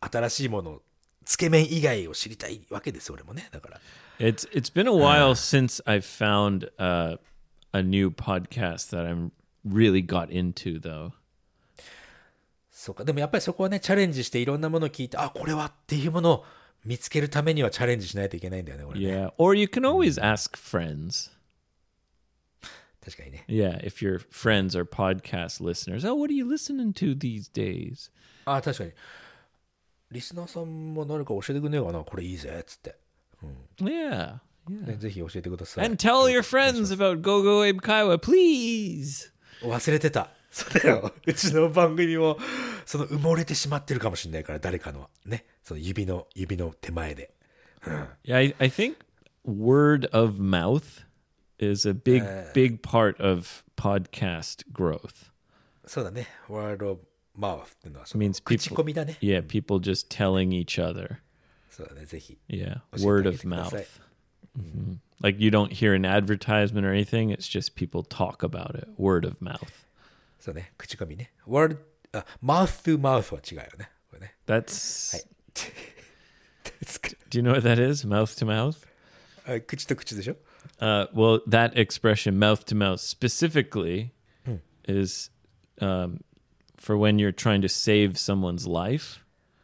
B: 新しいもの、つけ麺以外を知りたいわけです、俺もね。だから。
A: It's it's been a while since I found uh, a new podcast that I'm really got into though.
B: そうか。でもやっぱりそこはね、チャレンジしていろんなものを聞いて、あ、これはっていうものを見つけるためにはチャレンジしないといけないんだよね、俺ね。
A: Yeah, or you can always ask friends.
B: 確かにね。
A: Yeah, if your friends are podcast listeners, oh, what are you listening to these days?
B: あ、確かに。リスナーさんも誰か教えてくんねえかなこれいいぜ、っつって。
A: Yeah, yeah.
B: ねぜひ教えてください。
A: And tell your friends about Gogo Abe Kaiwa, please.
B: 忘れてた。それを、うちの番組も、その埋もれてしまってるかもしれないから、誰かの、ね。その指の、指の手前で。
A: Yeah, I, I think word of mouth is a big, big part of podcast growth.
B: そうだね。word of mouth っていうのは、その
A: Means
B: 口
A: people.
B: コミだね。
A: Yeah, people just telling each other.
B: そうだね、ぜひ。
A: Yeah,
B: Let's see
A: word
B: if I
A: of
B: can get
A: mouth.
B: this
A: Mhm. Like you don't hear an advertisement or anything. It's just people talk about it. Word of mouth.
B: そうね、口コミね。word、あ、mouth to mouth は違うよね。これね。
A: That's.
B: はい。つく
A: Do you know what that is? Mouth to mouth.
B: あ口と口でしょ
A: Uh, well, that expression, mouth to mouth, specifically, is um, for when you're trying to save someone's life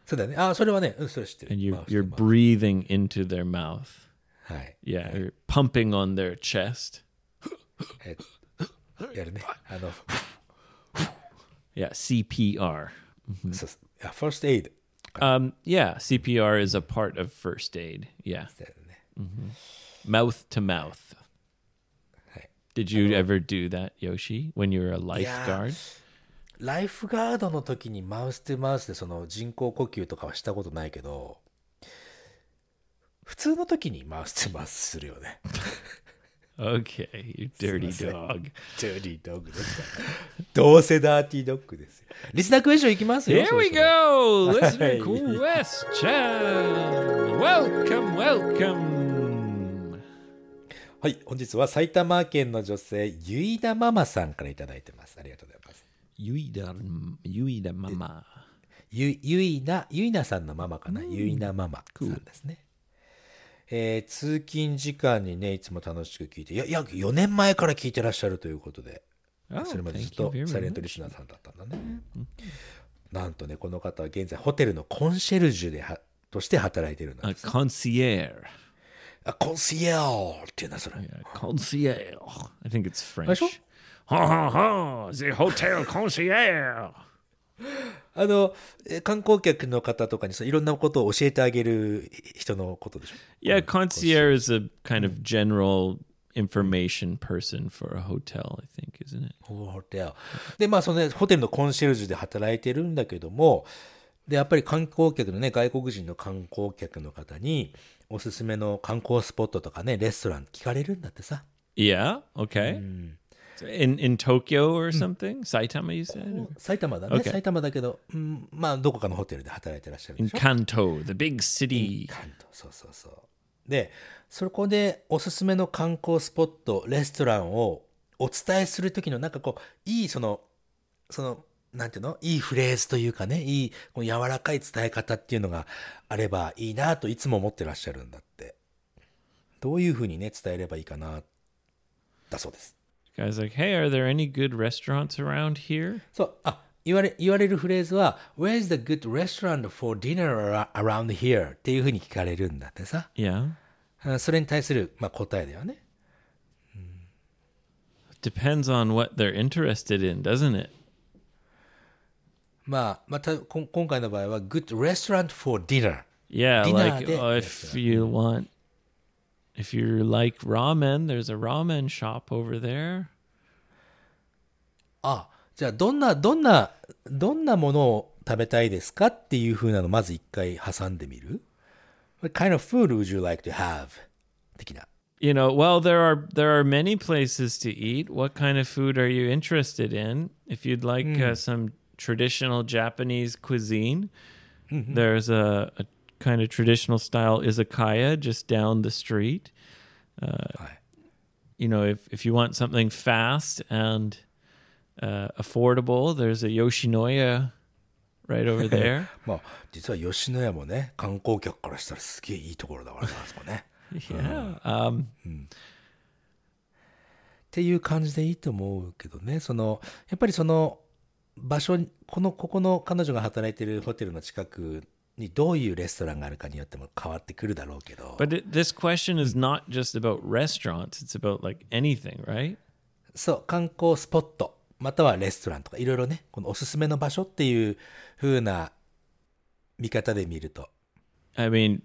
B: そうだね。あ、それはね、うん、それ知ってる。
A: and you
B: マウス
A: you're
B: マウ
A: breathing into their mouth.
B: スはい。
A: Yeah, you're pumping on their chest.
B: えやるね。あの、
A: Yeah, CPR.
B: そうそう。あ、first aid。
A: Um, yeah, CPR is a part of first aid. Yeah,
B: だよね。
A: mouth to mouth.
B: Hey.
A: Did you ever do that, Yoshi, when you were a lifeguard?
B: ライフガードの時にマウスとマウスでその人工呼吸とかはしたことないけど、普通の時にマウスとマウスするよね。
A: Okay, you dirty dog.
B: ダーティードッグですから。どうせダーティードッグですよ。リスナークエスションいきますよ。
A: Here we
B: そろそ ろ
A: go, listener question. Welcome, welcome.
B: はい、本日は埼玉県の女性、ゆいだママさんからいただいてます。ありがとうございます。
A: Yuida, Yuida mama.
B: ゆ、ゆいな、ゆいなさんのママかな、ゆいなママさんですね。えー通勤時間にね、いつも楽しく聞いて、いや、約4年前から聞いてらっしゃるということで、
A: Oh,
B: それまでずっ
A: thank you very
B: とサイレント
A: much.
B: リスナーさんだったんだね。なんとね、この方は現在ホテルのコンシェルジュでは、として働いてるんだ
A: A。concierge.
B: あ、コンシェルっていうな、それ。
A: Yeah, concierge. I think it's French.
B: Special?
A: Ha ha ha! The hotel concierge.
B: あの、えー観光客の方とかにそういろんなことを教えてあげる人のことでしょ
A: Yeah, concierge is a kind of general information person for a hotel, I think, isn't it?
B: ホテル。で、まあ、その、ね、ホテルのコンシェルジュで働いてるんだけども、で、やっぱり観光客のね、外国人の観光客の方に、おすすめの観光スポットとかね、レストラン聞かれるんだってさ。
A: Yeah. Okay. So In in Tokyo or something, Saitama, you said.
B: 埼玉だね。
A: Okay.
B: 埼玉だけど、うん、まあ、どこかのホテルで働いてらっしゃるでしょ
A: In Kanto, the big city.
B: 関東そうそうそうでそこでおすすめの観光スポットレストランをお伝えする時のなんかこういいそのそのなんていうのいいフレーズというかねいいこう柔らかい伝え方っていうのがあればいいなといつも思ってらっしゃるんだってどういうふうにね伝えればいいかなだそうです
A: Guy's like, hey, are there any good restaurants around here?
B: そうあ言われ言われるフレーズは「Where's the good restaurant for dinner around here?」っていうふうに聞かれるんだってさ
A: Yeah.
B: あそれに対する、まあ、答えだよね
A: Depends on what they're interested in, doesn't it?
B: まあ、まあたこん今回の場合は、good restaurant for dinner。
A: Yeah,
B: Dinner
A: like
B: de-
A: oh, if you want, if you like ramen, there's a ramen shop over there.
B: あ、じゃあ、どんな、どんな、どんなものを食べたいですかっていう風なの、まず一回挟んでみる ?What kind of food would you like to have? 的な。
A: You know, well, there are there are many places to eat. What kind of food are you interested in? If you'd like uh, some traditional Japanese cuisine, there's a, a kind of traditional style izakaya just down the street. Uh,
B: はい。
A: you know, if, if you want something fast and uh, affordable, there's a Yoshinoya right over there.
B: まあ、実は吉野家もね、観光客からしたらすげえいいところだからな、あそこね。
A: yeah. Um,
B: っていう感じでいいと思うけどねそのやっぱりその場所にこのここの彼女が働いてるホテルの近くにどういうレストランがあるかによっても変わってくるだろうけど
A: but it, this question is not just about restaurants, it's about like anything, right?
B: そう、観光スポット、またはレストランとかいろいろね、このおすすめの場所っていう風な見方で見ると。
A: I mean,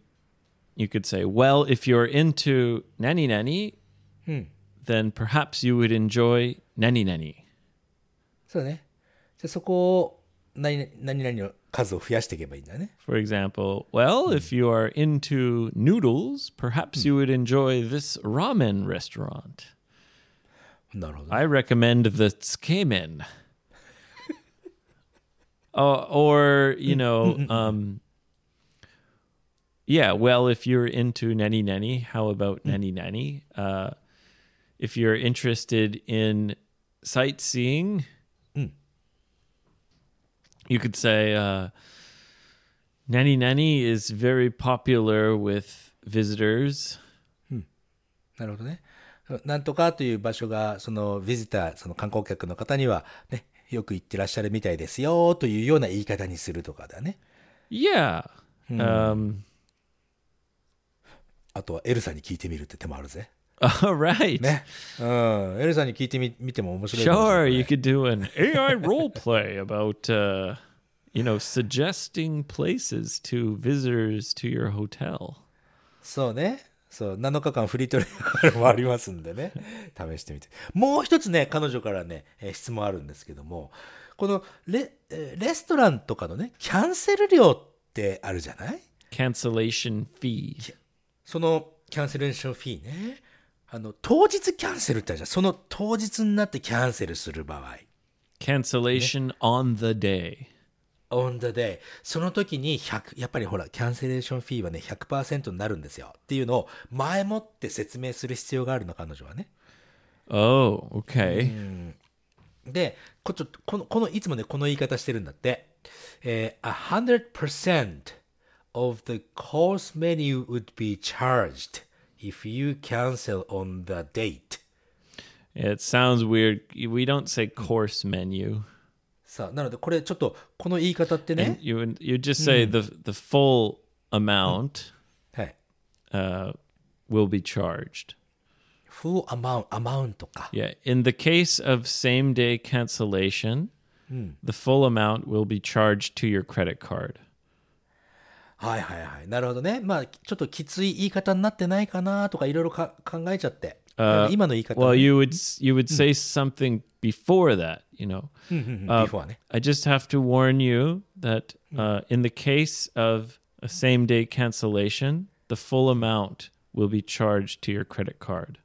A: you could say, well, if you're into nani nani, then perhaps you would enjoy nani nani.
B: そうだね。じゃあそこを何々、何々の数を増やしていけばいいんだね。
A: For example, well, if you are into noodles, perhaps you would enjoy this ramen restaurant.
B: なるほど。
A: I recommend the tsukemen. uh, or, you know, um, yeah, well, if you're into nanny nanny, how about nanny nanny? Uh, if you're interested in sightseeing, you could say uh, nanny nanny is very popular with visitors.
B: なるほどね。なんとかという場所が、そのビジター、その観光客の方には、ね、よく行ってらっしゃるみたいですよ、というような言い方にするとかだね。
A: Yeah. Um,
B: あとはエルさんに聞いてみるって手もあるぜ。
A: all right.
B: ね。うん。エルさんに聞いてみ、見ても面白いかもしれな
A: Sure,
B: い
A: you could do an AI role play about, uh, you know, suggesting places to visitors to your hotel.
B: そうね。そう。7日間フリートレーニングもありますんでね。試してみて。もう一つね、彼女からね、えー質問あるんですけども、このレ、えーレストランとかのね、キャンセル料ってあるじゃない
A: Cancellation fee.
B: そのキャンセレーションフィーね。あの、当日キャンセルってあるじゃん。その当日になってキャンセルする場合。
A: Cancellation on the day.
B: on the day その時に100やっぱりほらキャンセレーションフィーはね100%になるんですよっていうのを前もって説明する必要があるの彼女はね
A: Oh, okay.
B: でこちょっとこのこのいつもねこの言い方してるんだって、えー、100% of the course menu would be charged if you cancel on the date
A: It sounds weird. We don't say course menu.
B: さあなのでこれちょっとこの言い方って
A: And
B: ね
A: you you just say the the full amount
B: はい
A: uh, will be charged.
B: full amount amount か
A: Yeah. In the case of same day cancellation, the full amount will be charged to your credit card.
B: はいはいはい。なるほどね。まあ、ちょっときつい言い方になってないかなとかいろいろか考えちゃって。なんか今の言い方
A: Well,
B: はね、
A: you would s- you would say something before that, you know.
B: うんビフォーね。
A: I just have to warn you that uh, in the case of a same day cancellation, the full amount will be charged to your credit card.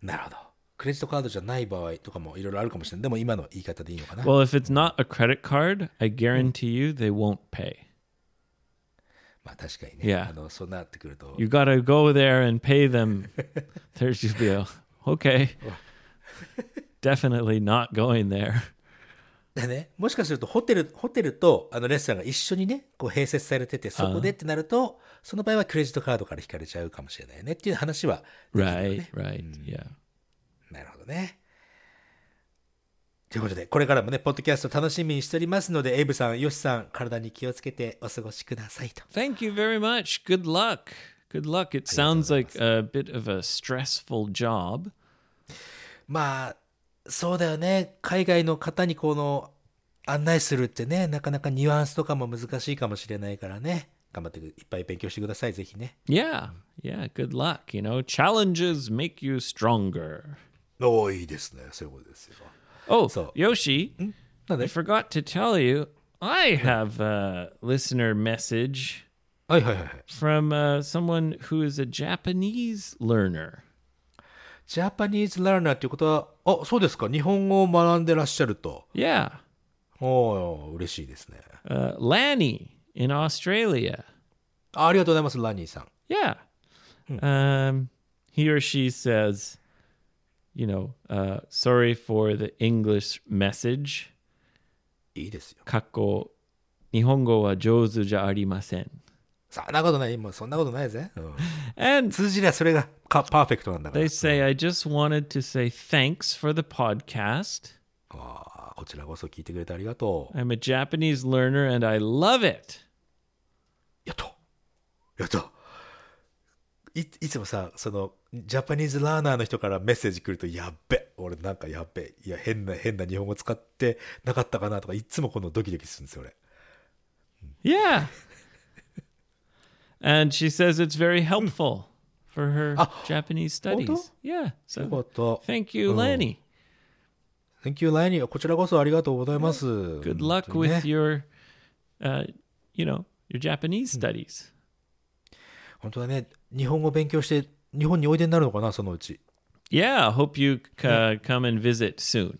B: なるほど。クレジットカードじゃない場合とかもいろいろあるかもしれない。でも今の言い方でいいのかな。
A: Well, if it's not a credit card, I guarantee you they won't pay.
B: まあ確かにね。
A: Yeah.
B: あのそうなってくると。
A: You got to go there and pay them. There's your bill. Okay. Definitely not going there.
B: でね、もしかするとホテル、ホテルとあのレストランが一緒にね、こう併設されてて、そこでってなると、その場合はクレジットカードから引かれちゃうかもしれないねっていう話は。
A: Right, right. Yeah.
B: なるほどね。ということで、これからもね、ポッドキャスト楽しみにしておりますので、エイブさん、ヨシさん、体に気をつけてお過ごしくださいと。
A: Thank you very much. Good luck. Good luck. It sounds like a bit of a stressful job.
B: まあ、そうだよね。海外の方にこの、案内するってね、なかなかニュアンスとかも難しいかもしれないからね。頑張っていっぱい勉強してください、ぜひね。
A: Yeah. Yeah. Good luck. You know, challenges make you stronger.
B: おお、いいですね。そういうことですよ。
A: Oh,
B: So-
A: Yoshi,
B: Nothing.
A: I forgot to tell you, I have a listener message
B: はいはいはいはい。
A: from uh, someone who is a Japanese learner.
B: ジャパニーズ・ラーナーっていうことは、あ、そうですか。日本語を学んでらっしゃると。
A: Yeah.
B: おお、嬉しいですね。
A: Uh, Lanny in Australia.
B: あありがとうございます、ラニーさん。
A: Yeah. Um, he or she says, you know, uh, sorry for the English message.
B: いいですよ。
A: Kakko, Nihongo wa jōzu ja arimasen.
B: そんなことない。もうそんなことないぜ。
A: And
B: 通じりゃそれがかパーフェクトなんだから
A: they。say, I just wanted to say thanks for the podcast.
B: ああ、こちらこそ聞いてくれてありがとう。
A: I'm a Japanese learner and I love it.
B: やっと。やっと。いいつもさそのジャパニーズラーナーの人からメッセージ来るとやっべ俺なんかやっべいや変な変な日本語使ってなかったかなとかいつもこのドキドキするんですよ俺
A: Yeah. and she says it's very helpful for her Japanese studies.
B: Oto?
A: Yeah.
B: よかっ
A: So
B: た
A: thank
B: Oh.
A: you, Lanny.
B: Thank you ライニーこちらこそありがとうございます Mm,
A: Good luck
B: 本当にね
A: with your, uh, you know, your Japanese studies.
B: 本当だね日本語勉強して日本においでになるのかなそのうち
A: Yeah. Hope you uh, come and visit soon.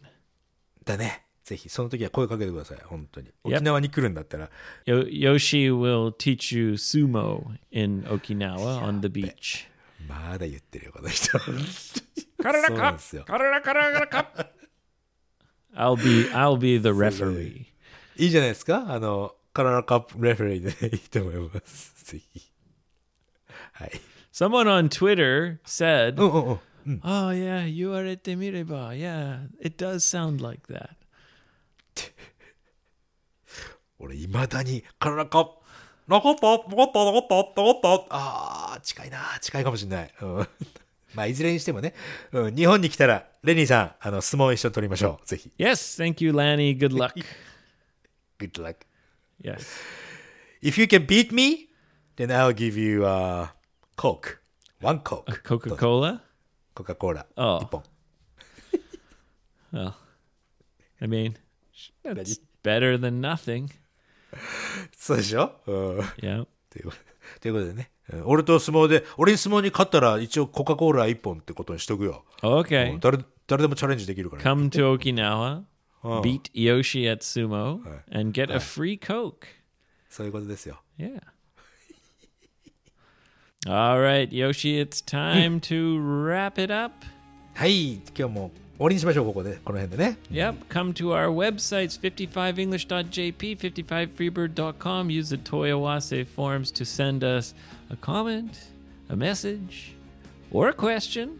B: だねぜひその時は声かけてください本当に沖縄に来るんだったら、
A: Yo- Yoshi will teach you sumo in Okinawa on the beach.
B: まだ言ってるよこの人
A: Karara
B: So
A: kap,
B: it's, yeah.
A: karara karara kap. I'll be I'll be the referee.
B: いいじゃないですかあのカララカップレフェリーで、いいと思いますぜひはい
A: Someone on Twitter said,
B: うんうんうん
A: "Oh yeah, you are at Mireba. Yeah, it does sound like that."
B: 俺いまだにカララカップなかったなかったなかったなかったあー近いな近いかもしんない、うん、 まあいずれにしてもね、うん、日本に来たらレニーさんあの相撲一緒に取りましょうぜひ
A: Yes, thank you, Lanny. Good luck.
B: Good luck
A: yes.
B: If you can beat me, then I'll give you a Coke. One Coke.
A: Coca Cola.
B: Coca Cola.
A: Oh.
B: 一本。
A: I mean, that's better than nothing.
B: そうでしょうん。
A: Yeah.
B: という ということでね。うん俺と相撲で、俺に相撲に勝ったら一応コカ・コーラ一本ってことにしとくよ。う
A: Okay.
B: ん誰誰でもチャレンジできるから、ね。
A: Come to Okinawa, beat Yoshi at sumo, and get a free Coke.
B: そういうことですよ。
A: Yeah. All right, Yoshi, it's time to wrap it up.
B: はい。今日も終わりにしましょう、ここで。この辺でね。
A: Yep, come to our websites 55english.jp, 55freebird.com. Use the Toyawase forms to send us a comment, a message, or a question.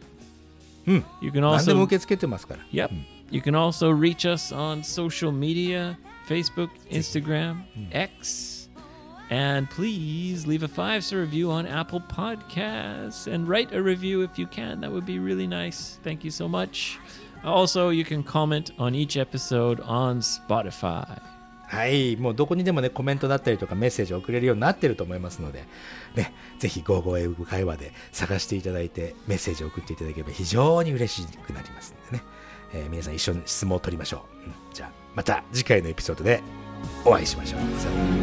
A: You can
B: 何でも
A: also
B: 受け付けてますから。
A: Yep. You can also reach us on social media Facebook, Instagram, X. And please leave a five star review on Apple Podcasts and write a review if you can. That would be really nice. Thank you so much. Also, you can comment on each episode on Spotify.
B: はい。もうどこにでもね、コメントだったりとかメッセージを送れるようになってると思いますので、ね、ぜひ、ゴーゴー英語会話で探していただいて、メッセージを送っていただければ非常に嬉しくなりますんでね。えー皆さん一緒に質問を取りましょう。うんじゃあ、また次回のエピソードでお会いしましょう。さようなら